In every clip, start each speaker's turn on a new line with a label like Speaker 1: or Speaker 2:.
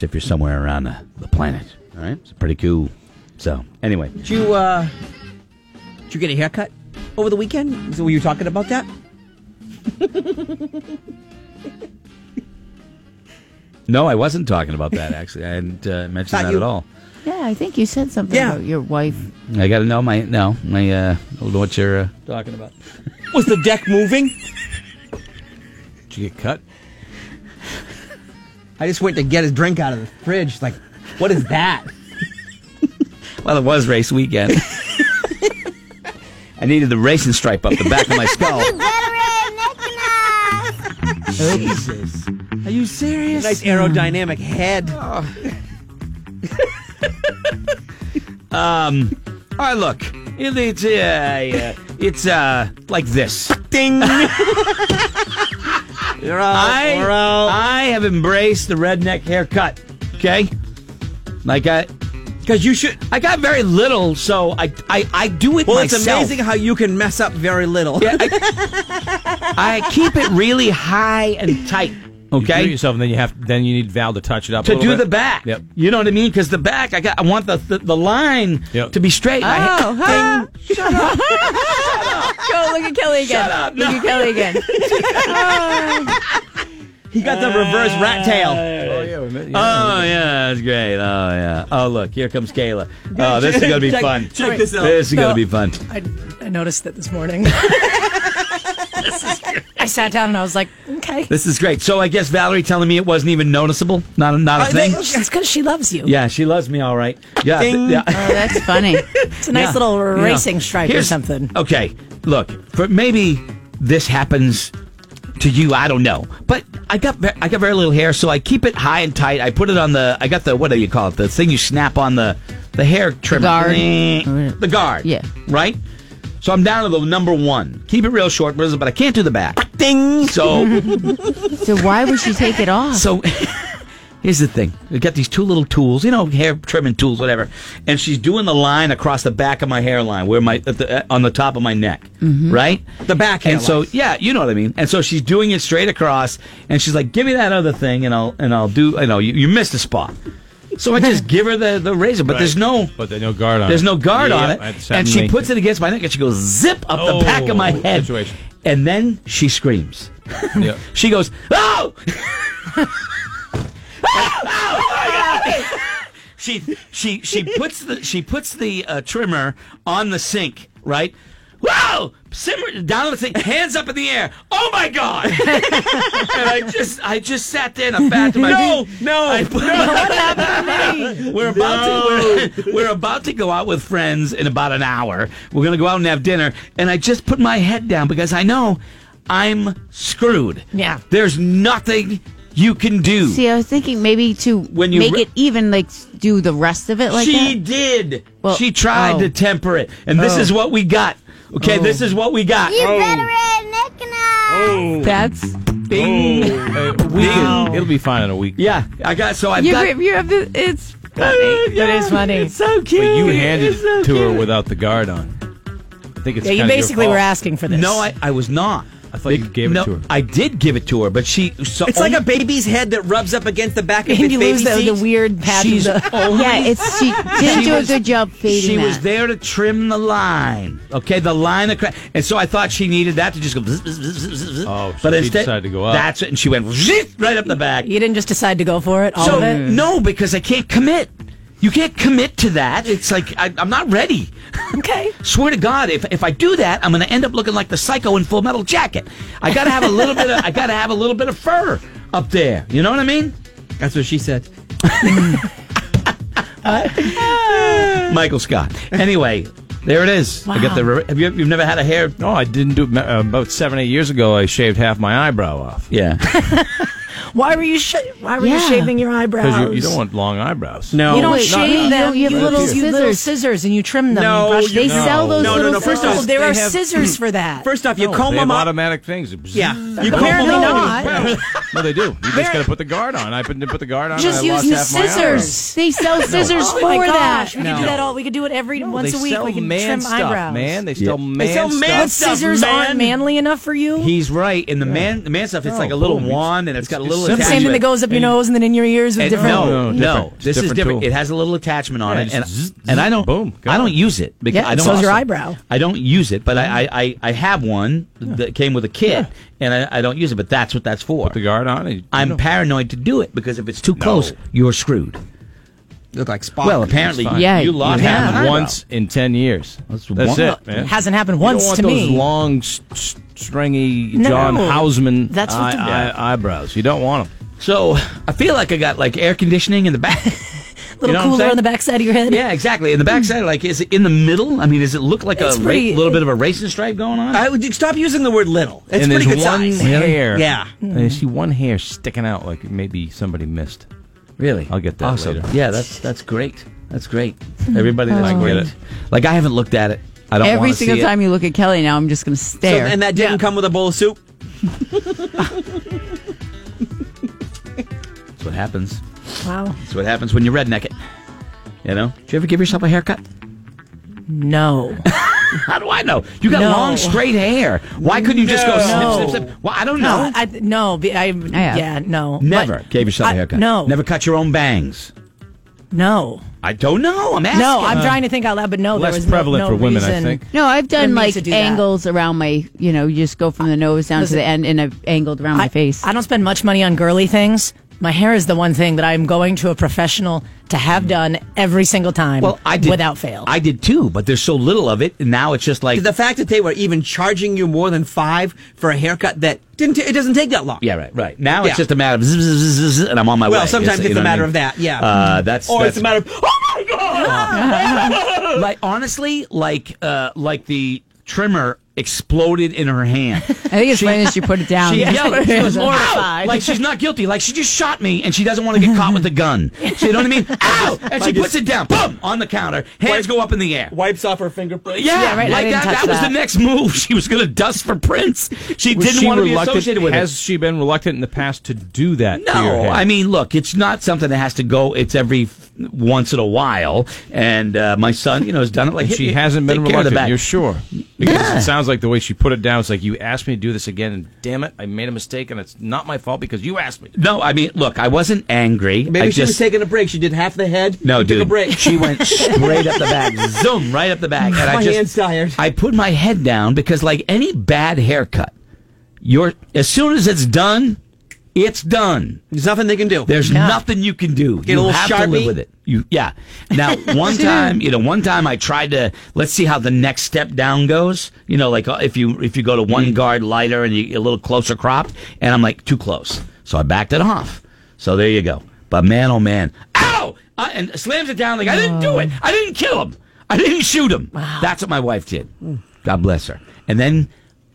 Speaker 1: if you're somewhere around the, the planet. All right, it's pretty cool. So anyway,
Speaker 2: Did you uh, did you get a haircut over the weekend? So were you talking about that?
Speaker 1: no, I wasn't talking about that actually. I hadn't uh, mentioned
Speaker 2: Not
Speaker 1: that
Speaker 2: you.
Speaker 1: at all.
Speaker 3: Yeah, I think you said something
Speaker 2: Yeah.
Speaker 3: about your wife.
Speaker 1: I got to know my no my uh, I don't know what you're uh, talking about.
Speaker 2: Was the deck moving?
Speaker 1: Did you get cut?
Speaker 2: I just went to get his drink out of the fridge. Like, what is that?
Speaker 1: Well, it was race weekend. I needed the racing stripe up the back of my skull.
Speaker 2: Jesus.
Speaker 1: Are you serious?
Speaker 2: Nice aerodynamic head.
Speaker 1: All right, look, it- it's uh, uh, it's uh, like this.
Speaker 2: Ding. You're out.
Speaker 1: I
Speaker 2: We're out.
Speaker 1: I have embraced the redneck haircut. Okay, like I,
Speaker 2: Because you should.
Speaker 1: I got very little, so I I, I do it
Speaker 2: Well,
Speaker 1: myself.
Speaker 2: it's amazing how you can mess up very little.
Speaker 1: Yeah, I, I keep it really high and tight.
Speaker 4: You
Speaker 1: Okay,
Speaker 4: do yourself, and then you have then you need Val to touch it up a
Speaker 1: to do
Speaker 4: little bit.
Speaker 1: the back.
Speaker 4: Yep.
Speaker 1: You know what I mean? Because the back, I got, I want the the, the line
Speaker 4: Yep.
Speaker 1: to be straight.
Speaker 3: Oh,
Speaker 1: I,
Speaker 3: huh?
Speaker 1: Ding. shut up!
Speaker 3: Go look at Kelly again.
Speaker 1: Shut up.
Speaker 3: Look
Speaker 1: No.
Speaker 3: at Kelly again.
Speaker 2: He got the reverse rat tail.
Speaker 4: Oh yeah, we met, yeah.
Speaker 1: Oh yeah, that's great. Oh yeah. Oh look, here comes Kayla. Oh, this is gonna be
Speaker 2: Check-
Speaker 1: fun.
Speaker 2: check this out.
Speaker 1: This is gonna
Speaker 5: No.
Speaker 1: be fun.
Speaker 5: I, I noticed that this morning. I sat down and I was like, okay.
Speaker 1: This is great. So I guess Valerie telling me it wasn't even noticeable. Not a,
Speaker 5: Uh,
Speaker 1: not a
Speaker 2: I
Speaker 1: thing.
Speaker 2: think-
Speaker 5: It's because she loves you.
Speaker 1: Yeah, she loves me all right. Yeah, th-
Speaker 2: Ding.
Speaker 1: yeah.
Speaker 3: Oh, that's funny.
Speaker 5: It's a nice
Speaker 1: Yeah.
Speaker 5: little
Speaker 1: Yeah.
Speaker 5: racing stripe or
Speaker 1: Here's-
Speaker 5: something.
Speaker 1: Okay, look, for maybe this happens to you. I don't know, but I got ve- I got very little hair, so I keep it high and tight. I put it on the I got the what do you call it? The thing you snap on the the hair trimmer.
Speaker 3: guard.
Speaker 1: The guard.
Speaker 3: Yeah.
Speaker 1: Right. So I'm down to the number one. Keep it real short, but I can't do the back.
Speaker 2: Ding.
Speaker 1: So
Speaker 3: So why would she take it off?
Speaker 1: so. Here's the thing. We got these two little tools, you know, hair trimming tools, whatever. And she's doing the line across the back of my hairline, where my at the, uh, on the top of my neck,
Speaker 4: Mm-hmm.
Speaker 1: right?
Speaker 2: The back
Speaker 1: and
Speaker 2: hairline.
Speaker 1: so yeah, you know what I mean. And so she's doing it straight across, and she's like, "Give me that other thing, and I'll and I'll do." You know, you, you missed a spot, so I just give her the, the razor, but there's
Speaker 4: Right.
Speaker 1: no
Speaker 4: but there's no guard on.
Speaker 1: there's
Speaker 4: it.
Speaker 1: no guard
Speaker 4: Yep,
Speaker 1: on it,
Speaker 4: that's
Speaker 1: and she
Speaker 4: happening.
Speaker 1: puts it against my neck, and she goes zip up the back of my
Speaker 4: Oh,
Speaker 1: head,
Speaker 4: situation.
Speaker 1: and then she screams.
Speaker 4: Yep.
Speaker 1: She goes, "Oh!" she she she puts the she puts the uh, trimmer on the sink, right? Wow! Simmer down on the sink, hands up in the air. Oh my god! and I just I just sat there in a bathroom. No, no, I, We're about to we're, we're about to go out with friends in about an hour. We're gonna go out and have dinner, and I just put my head down because I know I'm screwed.
Speaker 5: Yeah.
Speaker 1: There's nothing you can do.
Speaker 3: See, I was thinking maybe to
Speaker 1: When you
Speaker 3: make
Speaker 1: re-
Speaker 3: it even, like do the rest of it like
Speaker 1: she
Speaker 3: that.
Speaker 1: did.
Speaker 3: Well,
Speaker 1: she tried
Speaker 3: oh.
Speaker 1: to temper it, and this
Speaker 3: Oh.
Speaker 1: is what we got. Okay, this is what we got. Oh.
Speaker 3: That's
Speaker 1: Ding.
Speaker 4: Uh, we can- It'll be fine in a week.
Speaker 1: Yeah, I got. So I've
Speaker 3: you.
Speaker 1: got.
Speaker 3: you have the. It's
Speaker 1: Uh,
Speaker 3: funny.
Speaker 1: yeah,
Speaker 3: It is funny.
Speaker 1: It's so cute.
Speaker 4: But you handed
Speaker 1: It's so
Speaker 4: it to her
Speaker 1: cute.
Speaker 4: without the guard on. I think it's
Speaker 5: Yeah,
Speaker 4: kinda
Speaker 5: you
Speaker 4: your
Speaker 5: basically
Speaker 4: fault.
Speaker 5: were asking for this.
Speaker 1: No, I, I was not.
Speaker 4: I thought you gave it
Speaker 1: no,
Speaker 4: to her.
Speaker 1: I did give it to her, but she. So
Speaker 2: It's like a baby's head that rubs up against the back of
Speaker 5: And
Speaker 2: his
Speaker 5: you
Speaker 2: baby
Speaker 5: lose the,
Speaker 2: seat.
Speaker 5: the weird patch.
Speaker 1: She's
Speaker 5: of the-
Speaker 1: only
Speaker 3: Yeah, it's she didn't
Speaker 1: She
Speaker 3: do
Speaker 1: was-
Speaker 3: a good job fading
Speaker 1: She
Speaker 3: that.
Speaker 1: was there to trim the line. Okay, the line of cra- and so I thought she needed that to just go. Zzz, zzz, zzz, zzz, zzz.
Speaker 4: Oh, so she decided to go up.
Speaker 1: That's it, and she went zzz, right up the back.
Speaker 5: you didn't just decide to go for it, all
Speaker 1: so
Speaker 5: of it?
Speaker 1: no, because I can't commit. You can't commit to that. It's like I, I'm not ready.
Speaker 5: Okay.
Speaker 1: Swear to God, if if I do that, I'm going to end up looking like the psycho in Full Metal Jacket. I got to have a little bit. Of, I got to have a little bit of fur up there. You know what I mean?
Speaker 2: That's what she said.
Speaker 1: Michael Scott. Anyway, there it is. I got the. re- Have you you've never had a hair?
Speaker 4: No, I didn't do it. Ma- About seven, eight years ago, I shaved half my eyebrow off.
Speaker 1: Yeah.
Speaker 5: Why were you sh- why were you
Speaker 3: Yeah.
Speaker 5: shaving your
Speaker 4: Because
Speaker 5: eyebrows?
Speaker 4: you, you don't want long eyebrows.
Speaker 2: No.
Speaker 5: You don't
Speaker 3: Wait,
Speaker 5: shave
Speaker 3: no,
Speaker 5: them.
Speaker 3: you have little
Speaker 5: use little
Speaker 3: scissors.
Speaker 5: scissors and you trim them.
Speaker 2: No,
Speaker 5: and
Speaker 4: Oh,
Speaker 5: brush
Speaker 2: you-
Speaker 3: They
Speaker 5: them.
Speaker 3: sell those
Speaker 2: No, no,
Speaker 3: little
Speaker 2: no, first off,
Speaker 5: Oh,
Speaker 3: scissors.
Speaker 5: there
Speaker 2: They
Speaker 5: are
Speaker 2: have-
Speaker 5: scissors for that.
Speaker 2: First off, you
Speaker 4: No,
Speaker 2: comb
Speaker 4: they have
Speaker 2: them up.
Speaker 4: automatic things.
Speaker 2: Yeah, you comb
Speaker 5: Apparently
Speaker 2: them up.
Speaker 5: not.
Speaker 4: no, they do. You just got to put the guard on. I put, put the guard on.
Speaker 5: Just
Speaker 4: and I
Speaker 5: use
Speaker 4: lost
Speaker 5: the
Speaker 4: half my eyebrow.
Speaker 5: scissors.
Speaker 3: They sell scissors
Speaker 5: Oh
Speaker 3: for
Speaker 5: my
Speaker 3: that.
Speaker 5: gosh, we could do that all. We could do it every once
Speaker 4: they
Speaker 5: a week.
Speaker 4: sell
Speaker 5: We could
Speaker 4: man
Speaker 5: trim
Speaker 4: stuff,
Speaker 5: eyebrows.
Speaker 4: man. They sell man
Speaker 2: They sell
Speaker 4: stuff.
Speaker 2: man
Speaker 5: What
Speaker 2: stuff,
Speaker 5: scissors
Speaker 2: man.
Speaker 5: aren't manly enough for you?
Speaker 1: He's right. In the man, the man stuff, it's
Speaker 4: No,
Speaker 1: like a little
Speaker 4: boom.
Speaker 1: wand, and Oh, it's got a little little
Speaker 4: Simple.
Speaker 5: The same thing that
Speaker 1: attachment.
Speaker 5: goes up your nose and then in your ears with
Speaker 1: And
Speaker 5: different.
Speaker 1: No, no,
Speaker 4: No, different.
Speaker 1: this is
Speaker 4: Different
Speaker 1: different.
Speaker 4: tool.
Speaker 1: It has a little attachment on
Speaker 4: Yeah,
Speaker 1: it,
Speaker 4: just
Speaker 1: and,
Speaker 4: zzz,
Speaker 1: and I don't
Speaker 4: boom,
Speaker 1: I don't
Speaker 4: gone.
Speaker 1: use it because
Speaker 5: Yeah,
Speaker 1: I don't.
Speaker 5: so's your
Speaker 1: also-
Speaker 5: eyebrow.
Speaker 1: I don't use it, but I I, I, I have one that came with a kit, and I, I don't use it. But that's what that's for.
Speaker 4: the guard on. and you-
Speaker 1: I'm
Speaker 4: you know.
Speaker 1: paranoid to do it because if it's too close, you're screwed.
Speaker 2: Look like Spock.
Speaker 1: Well, apparently,
Speaker 4: fine.
Speaker 1: yeah,
Speaker 3: Yeah,
Speaker 1: you lost
Speaker 4: It happened
Speaker 1: half an
Speaker 4: once in ten years. That's,
Speaker 1: one-
Speaker 4: it, man.
Speaker 5: It hasn't happened
Speaker 4: You don't
Speaker 5: once
Speaker 4: want
Speaker 5: to
Speaker 4: those
Speaker 5: me.
Speaker 4: long, s- s- stringy
Speaker 5: No.
Speaker 4: John Hausman
Speaker 5: That's what
Speaker 4: eye,
Speaker 5: the-
Speaker 4: eye- eyebrows. You don't want them.
Speaker 1: eyebrow. So I feel like I got like air conditioning in the back.
Speaker 5: little
Speaker 1: know what I'm
Speaker 5: cooler
Speaker 1: saying?
Speaker 5: on the backside of your head.
Speaker 1: yeah, exactly. In the backside, like is it in the middle? I mean, does it look like
Speaker 5: It's
Speaker 1: a ra-
Speaker 5: pretty-
Speaker 1: little bit of a racing stripe going on?
Speaker 2: I would stop using the word little. It's
Speaker 4: and
Speaker 2: pretty
Speaker 4: there's
Speaker 2: good
Speaker 4: one
Speaker 2: size.
Speaker 4: hair.
Speaker 2: Yeah.
Speaker 4: And you see one hair sticking out like maybe somebody missed.
Speaker 1: Really?
Speaker 4: I'll get that
Speaker 1: awesome.
Speaker 4: later.
Speaker 1: Yeah, that's that's great. That's great.
Speaker 5: Hmm.
Speaker 1: Everybody that's
Speaker 4: I get
Speaker 1: great.
Speaker 4: it.
Speaker 1: Like I haven't looked at it. I don't
Speaker 3: Every
Speaker 1: wanna
Speaker 3: single
Speaker 1: see
Speaker 3: time you look at Kelly now, I'm just going to
Speaker 2: So,
Speaker 3: stare.
Speaker 2: and that didn't come with a bowl of soup.
Speaker 1: It. That's what happens.
Speaker 5: Wow.
Speaker 1: That's what happens when you redneck it. You know? Did you ever give yourself a haircut?
Speaker 5: No.
Speaker 1: How do I know? You got
Speaker 5: No.
Speaker 1: long straight hair. Why couldn't you just go
Speaker 5: No.
Speaker 1: snip, snip, snip? Well, I don't know.
Speaker 5: I, no. be- I,
Speaker 3: Yeah.
Speaker 5: yeah. No.
Speaker 1: Never
Speaker 5: But-
Speaker 1: gave yourself a
Speaker 5: I-
Speaker 1: haircut.
Speaker 5: No.
Speaker 1: Never cut your own bangs.
Speaker 5: No.
Speaker 1: I don't know. I'm asking.
Speaker 5: No. I'm trying to think out loud, but no. there
Speaker 4: Less
Speaker 5: was no-
Speaker 4: prevalent
Speaker 5: no
Speaker 4: for women, I
Speaker 5: reason.
Speaker 4: think.
Speaker 3: no, I've done
Speaker 5: me
Speaker 3: like
Speaker 5: to do that.
Speaker 3: angles around my, you know, you just go from the nose down
Speaker 5: Listen.
Speaker 3: to the end and I've angled around my
Speaker 5: I-
Speaker 3: face.
Speaker 5: I, don't spend much money on girly things. My hair is the one thing that I'm going to a professional to
Speaker 4: Mm.
Speaker 5: have done every single time.
Speaker 1: well, I did
Speaker 5: without fail.
Speaker 1: I did too, but there's so little of it, and now it's just like
Speaker 2: The fact that they were even charging you more than five for a haircut that didn't it doesn't take that long.
Speaker 1: Yeah, right, right. Now
Speaker 2: Yeah.
Speaker 1: it's just a matter of zzz, zzz, zzz, zzz, and I'm on my way.
Speaker 2: Well, sometimes
Speaker 1: you
Speaker 2: it's
Speaker 1: know
Speaker 2: a
Speaker 1: what I
Speaker 2: matter
Speaker 1: mean?
Speaker 2: of that, yeah.
Speaker 1: Uh, that's
Speaker 2: Or
Speaker 1: that's,
Speaker 2: it's a matter of oh my god.
Speaker 1: like honestly, like uh, like the trimmer exploded in her hand.
Speaker 3: I think it's funny that she put it down.
Speaker 1: She yelled. She was
Speaker 3: Ow!
Speaker 1: mortified. Like she's not guilty. Like she just shot me, and she doesn't want to get caught with a gun. So you know what I mean? Ow! And she puts it down. Boom! On the counter. Hands go up in the air.
Speaker 2: Wipes off her fingerprints.
Speaker 1: Yeah,
Speaker 3: Yeah, right, I
Speaker 1: like that.
Speaker 3: didn't touch
Speaker 1: That was the
Speaker 3: that.
Speaker 1: next move. She was gonna dust for prints. She
Speaker 4: Was
Speaker 1: didn't
Speaker 4: she
Speaker 1: want to be
Speaker 4: reluctant-
Speaker 1: associated with it.
Speaker 4: Has she been reluctant in the past to do that? to your
Speaker 1: No,
Speaker 4: hair?
Speaker 1: I mean, look, it's not something that has to go. It's every f- once in a while, and uh, my son, you know, has done it. Like
Speaker 4: And
Speaker 1: hit
Speaker 4: she
Speaker 1: me-
Speaker 4: hasn't
Speaker 1: take
Speaker 4: been
Speaker 1: care of the
Speaker 4: reluctant.
Speaker 1: back.
Speaker 4: You're sure? Because
Speaker 1: Yeah.
Speaker 4: it sounds like the way she put it down. It's like you asked me to do this again, and damn it, I made a mistake, and it's not my fault because you asked me.
Speaker 1: No, I mean, look, I wasn't angry.
Speaker 2: Maybe
Speaker 1: I
Speaker 2: she was
Speaker 1: just,
Speaker 2: taking a break. She did half the head.
Speaker 1: no,
Speaker 2: she
Speaker 1: dude.
Speaker 2: Took a break.
Speaker 1: She went straight up the back, zoom right up the back, and I
Speaker 2: My
Speaker 1: just
Speaker 2: hand's tired.
Speaker 1: I put my head down because, like any bad haircut, you're as soon as it's done, it's done.
Speaker 2: There's nothing they can do.
Speaker 1: There's nothing you can do. you
Speaker 2: a little
Speaker 1: have to
Speaker 2: Sharpie?
Speaker 1: live with it. You yeah. Now one time, you know, one time I tried to let's see how the next step down goes. You know, like uh, if you if you go to
Speaker 2: Mm.
Speaker 1: one guard lighter and you a little closer cropped, and I'm like too close, so I backed it off. So there you go. But man, oh man, ow! Uh, and slams it down like I didn't do it. I didn't kill him. I didn't shoot him. That's what my wife did.
Speaker 2: Mm.
Speaker 1: God bless her. And then.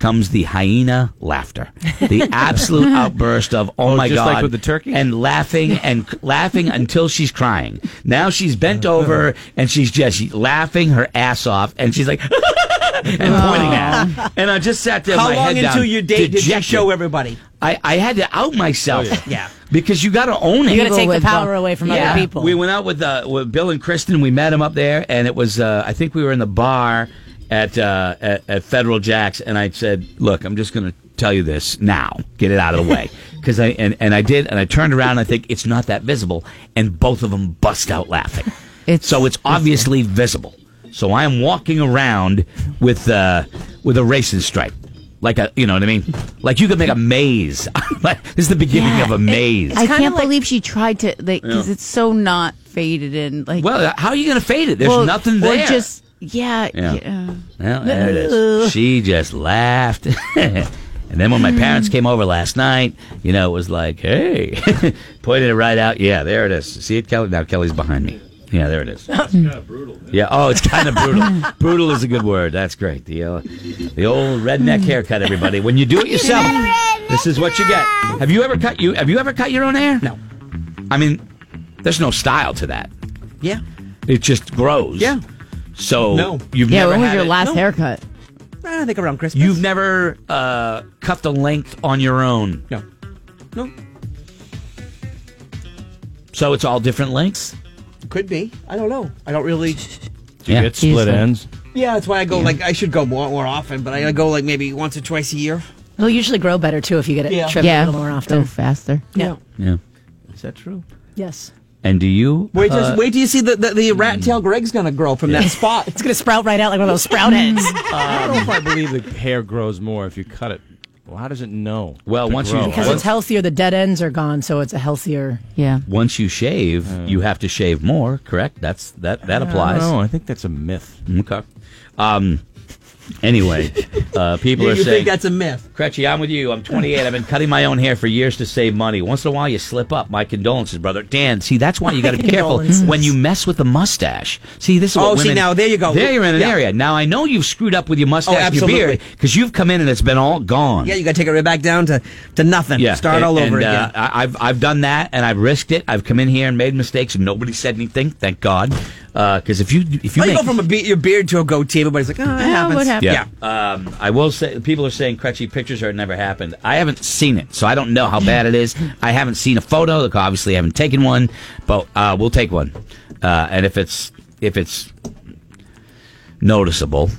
Speaker 1: Comes the hyena laughter, the absolute outburst of "Oh,
Speaker 4: Oh,
Speaker 1: my
Speaker 4: just
Speaker 1: God!"
Speaker 4: like with the turkey?
Speaker 1: and laughing and laughing until she's crying. Now she's bent over and she's just laughing her ass off, and she's like. And pointing at, and I just sat there.
Speaker 2: How
Speaker 1: with my
Speaker 2: long
Speaker 1: head
Speaker 2: into
Speaker 1: down,
Speaker 2: your date did you
Speaker 1: dejected.
Speaker 2: show everybody?
Speaker 1: I, I had to out myself.
Speaker 4: Oh,
Speaker 2: yeah. Yeah.
Speaker 1: because you got to own it.
Speaker 5: You got to
Speaker 3: People
Speaker 5: take the
Speaker 3: with
Speaker 5: power
Speaker 3: bump-
Speaker 5: away from
Speaker 1: yeah,
Speaker 5: other people.
Speaker 1: we went out with uh, with Bill and Kristen. We met him up there, and it was uh, I think we were in the bar at, uh, at at Federal Jacks, and I said, "Look, I'm just going to tell you this now. Get it out of the way." Because I and, and I did, and I turned around. and I think it's not that visible, and both of them bust out laughing.
Speaker 3: It's-
Speaker 1: so it's obviously visible. So I am walking around with uh, with a racing stripe. Like a, you know what I mean? Like you could make a maze. this is the beginning
Speaker 3: Yeah,
Speaker 1: of a
Speaker 3: it-
Speaker 1: maze.
Speaker 3: I
Speaker 5: kinda
Speaker 3: can't
Speaker 5: like-
Speaker 3: believe she tried to, like, because it's so not faded in. Like,
Speaker 1: Well, uh, how are you going to fade it? There's
Speaker 3: well,
Speaker 1: nothing
Speaker 3: or
Speaker 1: there.
Speaker 3: just, yeah.
Speaker 1: Yeah.
Speaker 3: yeah.
Speaker 1: Well, there it is. She just laughed. and then when my parents came over last night, you know, it was like, hey, pointed it right out. Yeah, there it is. See it, Kelly? Now Kelly's behind me. Yeah, there it is. Yeah. Oh, it's kind of brutal. brutal is a good word. That's great. The uh, the old redneck haircut, everybody. When you do it yourself, this is what you get. Have you ever cut you? Have you ever cut your own hair?
Speaker 2: No.
Speaker 1: I mean, there's no style to that.
Speaker 2: Yeah.
Speaker 1: It just grows.
Speaker 2: Yeah.
Speaker 1: So
Speaker 2: No.
Speaker 1: you've
Speaker 3: Yeah,
Speaker 1: never
Speaker 3: when was
Speaker 1: had
Speaker 3: your
Speaker 1: it-
Speaker 3: last
Speaker 2: No.
Speaker 3: haircut?
Speaker 2: I think around Christmas.
Speaker 1: You've never uh, cut the length on your own,
Speaker 2: no. No.
Speaker 1: so it's all different lengths.
Speaker 2: Could be. I don't know. I don't really.
Speaker 4: Do you
Speaker 1: Yeah.
Speaker 4: get split
Speaker 3: Easily.
Speaker 4: ends?
Speaker 2: Yeah, that's why I go like I should go more more often, but I go like maybe once or twice a year.
Speaker 5: It'll usually grow better too if you get it trimmed
Speaker 3: yeah,
Speaker 5: a little more
Speaker 3: go
Speaker 5: often.
Speaker 3: faster.
Speaker 5: Yeah.
Speaker 1: Yeah.
Speaker 4: Is that true?
Speaker 5: Yes.
Speaker 1: And do you?
Speaker 2: Wait, till wait till you see the, the, the rat tail Greg's going to grow from that spot.
Speaker 5: It's gonna sprout right out like one of those sprout heads.
Speaker 4: I don't know if I believe the hair grows more if you cut it. Well, how does it know?
Speaker 1: Well,
Speaker 4: to
Speaker 1: once
Speaker 4: grow?
Speaker 1: you-
Speaker 5: Because
Speaker 1: What?
Speaker 5: it's healthier, the dead ends are gone, so it's a healthier
Speaker 3: Yeah.
Speaker 1: Once you shave,
Speaker 3: Uh.
Speaker 1: you have to shave more. Correct. That's that. That applies.
Speaker 4: No, I think that's a myth.
Speaker 1: Okay. Um. Anyway, uh, people
Speaker 2: you
Speaker 1: are
Speaker 2: you
Speaker 1: saying
Speaker 2: think that's a myth?
Speaker 1: Crutchy, I'm with you. I'm 28. I've been cutting my own hair for years to save money. Once in a while, you slip up. My condolences, brother. Dan, see, that's why you got to be careful
Speaker 5: Condolences.
Speaker 1: when you mess with the mustache. See, this is
Speaker 2: Oh,
Speaker 1: what
Speaker 2: see,
Speaker 1: women-
Speaker 2: now, there you go.
Speaker 1: There you're in an
Speaker 2: Yeah.
Speaker 1: area. Now, I know you've screwed up with your mustache
Speaker 2: Oh,
Speaker 1: and your beard
Speaker 2: absolutely.
Speaker 1: because you've come in and it's been all gone.
Speaker 2: Yeah, you got to take it right back down to, to nothing. Start
Speaker 1: and-
Speaker 2: all over
Speaker 1: and, uh,
Speaker 2: again.
Speaker 1: I, I've I've done that, and I've risked it. I've come in here and made mistakes, and nobody said anything. Thank God, because if you if you
Speaker 2: Well, Oh, you
Speaker 1: make,
Speaker 2: go from a be- your beard to a goatee, everybody's like, oh, it happens.
Speaker 3: what happened?
Speaker 1: yeah, Um, I will say people are saying crutchy pictures are never happened. I haven't seen it, so I don't know how bad it is. I haven't seen a photo. Look, obviously, I haven't taken one, but uh, we'll take one. Uh, and if it's if it's noticeable,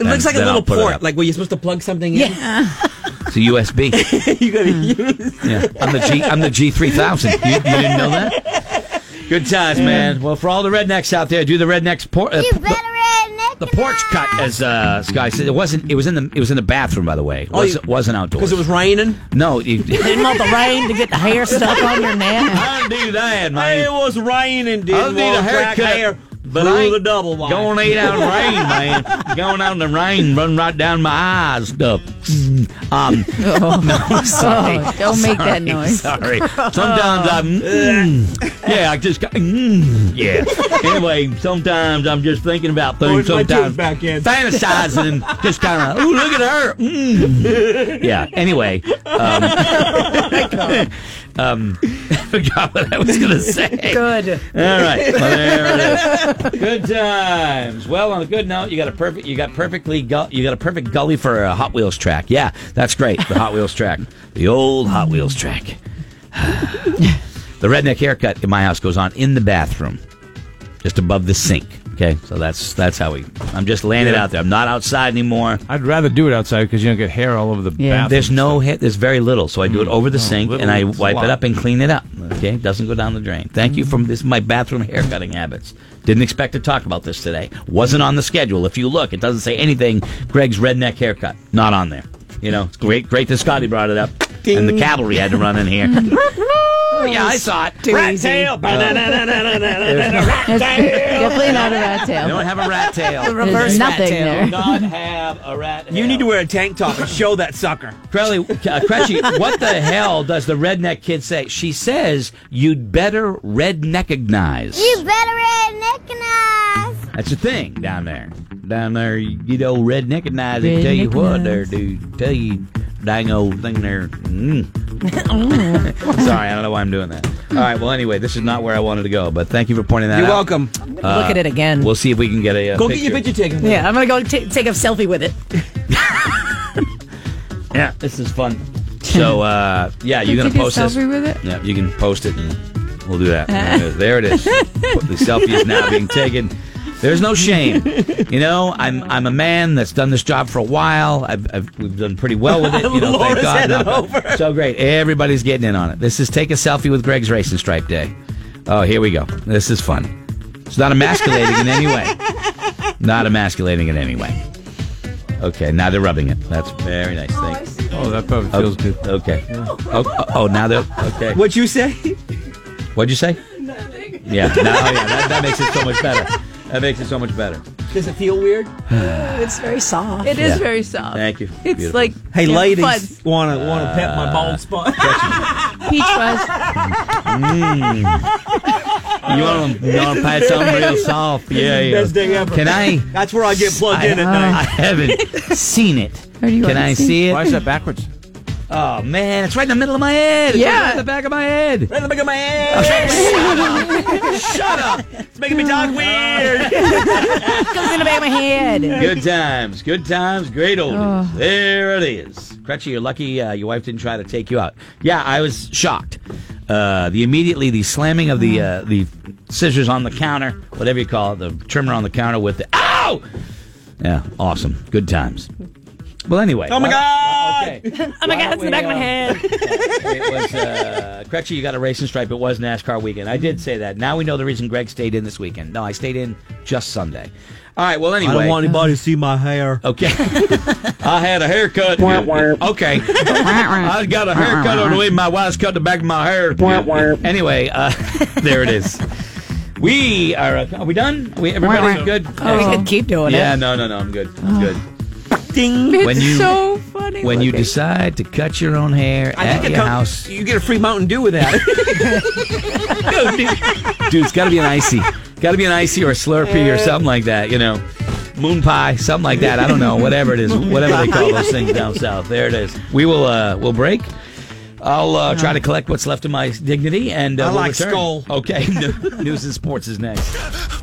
Speaker 2: It looks like a
Speaker 1: then I'll
Speaker 2: little
Speaker 1: put it
Speaker 2: port,
Speaker 1: up.
Speaker 2: like where you're supposed to plug something in.
Speaker 1: it's a USB.
Speaker 2: you got to use.
Speaker 1: Yeah, I'm the G. I'm the G three thousand. You, you didn't know that? Good times, man. Well, for all the rednecks out there, do the rednecks por- uh,
Speaker 6: You better in it.
Speaker 1: the porch cut, as uh, Sky said. It wasn't. It was in the. It was in the bathroom, by the way. It
Speaker 2: Oh,
Speaker 1: was,
Speaker 2: you-
Speaker 1: it wasn't outdoors.
Speaker 2: Because it was raining.
Speaker 1: no. You,
Speaker 5: Didn't want the rain to get the hair stuck on your neck.
Speaker 1: undo that,
Speaker 2: was raining, dude.
Speaker 1: I need a haircut.
Speaker 2: But
Speaker 1: I ain't
Speaker 2: the double wide.
Speaker 1: Going eight out in the rain, man. Going out in the rain, run right down my eyes. Stuff. Um,
Speaker 3: Oh,
Speaker 1: sorry.
Speaker 3: don't make that
Speaker 1: Sorry,
Speaker 3: noise.
Speaker 1: Sorry.
Speaker 2: Oh.
Speaker 1: Sometimes I'm. Mm, yeah, I just. got- Mm, yeah. Anyway, sometimes I'm just thinking about things.
Speaker 2: Where's my tooth
Speaker 1: Sometimes
Speaker 2: back in?
Speaker 1: fantasizing and just kind of. Ooh, look at her. Mm. Yeah. Anyway. Um, um, I forgot what I was gonna say.
Speaker 5: Good.
Speaker 1: All right, well, there it is. Good times. Well, on a good note, you got a perfect. You got perfectly. Gu- you got a perfect gully for a Hot Wheels track. Yeah, that's great. The Hot Wheels track. The old Hot Wheels track. the redneck haircut in my house goes on in the bathroom, just above the sink. Okay, so that's that's how we. I'm just laying it out there. I'm not outside anymore.
Speaker 4: I'd rather do it outside because you don't get hair all over the
Speaker 3: Yeah.
Speaker 4: bathroom.
Speaker 1: There's no hair. There's very little. So I do it over the
Speaker 4: no,
Speaker 1: sink
Speaker 4: little
Speaker 1: and I
Speaker 4: is a
Speaker 1: wipe
Speaker 4: lot.
Speaker 1: it up and clean it up. Okay, doesn't go down the drain. Thank you from this is my bathroom haircutting habits. Didn't expect to talk about this today. Wasn't on the schedule. If you look, it doesn't say anything. Greg's redneck haircut not on there. You know, it's great. Great that Scotty brought it up, and the cavalry had to run in here. Oh, yeah, I saw it. Rat tail.
Speaker 2: Uh,
Speaker 3: Definitely not a rat
Speaker 1: I don't
Speaker 3: tail.
Speaker 1: have a rat tail.
Speaker 5: Reverse
Speaker 3: There's
Speaker 5: rat
Speaker 3: nothing
Speaker 5: tail.
Speaker 3: there.
Speaker 1: Not have a rat.
Speaker 2: You need to wear a tank top and show that sucker.
Speaker 1: Crowley, uh, Crutchy, what the hell does the redneck kid say? She says, you'd better redneckignize.
Speaker 6: You better in it, can I?
Speaker 1: That's the thing down there. Down there, you know, redneckignize, they tell you what,
Speaker 3: Redneckignize.
Speaker 1: there, dude. Tell you dang old thing there. Mm. Sorry, I don't know why I'm doing that. All right, well, anyway, this is not where I wanted to go, but thank you for pointing that
Speaker 2: You're
Speaker 1: out.
Speaker 2: welcome.
Speaker 5: Look at it again.
Speaker 1: We'll see if we can get a. uh,
Speaker 2: Go get your picture taken.
Speaker 5: yeah, I'm gonna go t- take a selfie with it.
Speaker 1: Yeah, this is fun. So, uh, yeah, you're
Speaker 3: Did
Speaker 1: going
Speaker 3: you
Speaker 1: to
Speaker 3: do
Speaker 1: post this.
Speaker 3: selfie with it? Uh-huh.
Speaker 1: Yeah, you can post it and we'll do that. there it is. the selfie is now being taken. There's no shame. You know, I'm I'm a man that's done this job for a while. I've, I've we've done pretty well with it. You know, thank
Speaker 2: Laura's
Speaker 1: God.
Speaker 2: headed
Speaker 1: Not bad. So great. Everybody's getting in on it. This is take a selfie with Greg's Racing Stripe Day. Oh, here we go. This is fun. It's not emasculating in any way. Not emasculating in any way. Okay, now they're rubbing it. That's very nice. Thank you.
Speaker 4: Oh, that probably feels good.
Speaker 1: Okay. Oh, oh, oh, now they're okay.
Speaker 2: What you say?
Speaker 1: What'd you say? Nothing. Yeah. No, oh, yeah that, that makes it so much better. That makes it so much better.
Speaker 2: Does it feel weird?
Speaker 5: It's very soft.
Speaker 3: It is
Speaker 1: Yeah.
Speaker 3: very soft.
Speaker 1: Thank you.
Speaker 3: It's
Speaker 1: Beautiful.
Speaker 3: like
Speaker 2: Hey,
Speaker 3: yeah,
Speaker 2: ladies,
Speaker 3: fuzz,
Speaker 2: wanna wanna pet
Speaker 7: Uh,
Speaker 2: my bald spot?
Speaker 3: peach fuzz.
Speaker 1: You want to pat something real soft? Yeah, yeah.
Speaker 2: Best day ever.
Speaker 1: Can I?
Speaker 2: That's where I get plugged in at
Speaker 1: I
Speaker 2: night.
Speaker 1: haven't seen it.
Speaker 3: Or do you
Speaker 1: Can
Speaker 3: want to
Speaker 1: I
Speaker 3: see?
Speaker 1: see
Speaker 4: Why
Speaker 1: it?
Speaker 4: is that backwards?
Speaker 1: Oh man, it's right in the middle of my head. It's
Speaker 3: Yeah.
Speaker 1: right in the back of my head.
Speaker 2: Right in the back of my ass.
Speaker 1: Shut up.
Speaker 2: It's making me talk weird.
Speaker 5: Comes in the back of my head.
Speaker 1: Good times, good times, great oldies. There it is. Crutchy, you're lucky uh, your wife didn't try to take you out. Yeah, I was shocked. Uh, the immediately the slamming of the uh, the scissors on the counter, whatever you call it, the trimmer on the counter with the ow. Yeah, awesome. Good times. Well, anyway.
Speaker 4: Oh my God!
Speaker 1: Okay.
Speaker 5: Oh my God, it's in the back of my head.
Speaker 1: it was, uh, Crutchy, you got a race and stripe. It was NASCAR weekend. I did say that. Now we know the reason Greg stayed in this weekend. No, I stayed in just Sunday. All right, well, anyway.
Speaker 7: anybody to see my hair.
Speaker 1: Okay. I had a haircut. okay. I got a haircut on the way. My wife's cut the back of my hair. anyway, uh, there it is. We are. uh, Are we done? We everybody's good.
Speaker 5: We could keep doing
Speaker 1: Yeah.
Speaker 5: it.
Speaker 1: No. No. No. I'm good. I'm good.
Speaker 3: It's
Speaker 1: When you-
Speaker 3: so funny.
Speaker 1: When you
Speaker 3: looking.
Speaker 1: decide to cut your own hair
Speaker 7: I
Speaker 1: at
Speaker 7: think it
Speaker 1: your
Speaker 7: comes-
Speaker 1: house,
Speaker 7: You get a free Mountain Dew with that.
Speaker 1: dude, it's got to be an icy. Got to be an icy or a Slurpee or something like that. You know, moon pie, something like that. I don't know. Whatever it is, whatever they call those things down south. There it is. We will. Uh, we'll break. I'll uh, try to collect what's left of my dignity, and uh,
Speaker 7: I
Speaker 1: we'll
Speaker 7: like
Speaker 1: return.
Speaker 7: skull.
Speaker 1: Okay, news and sports is next.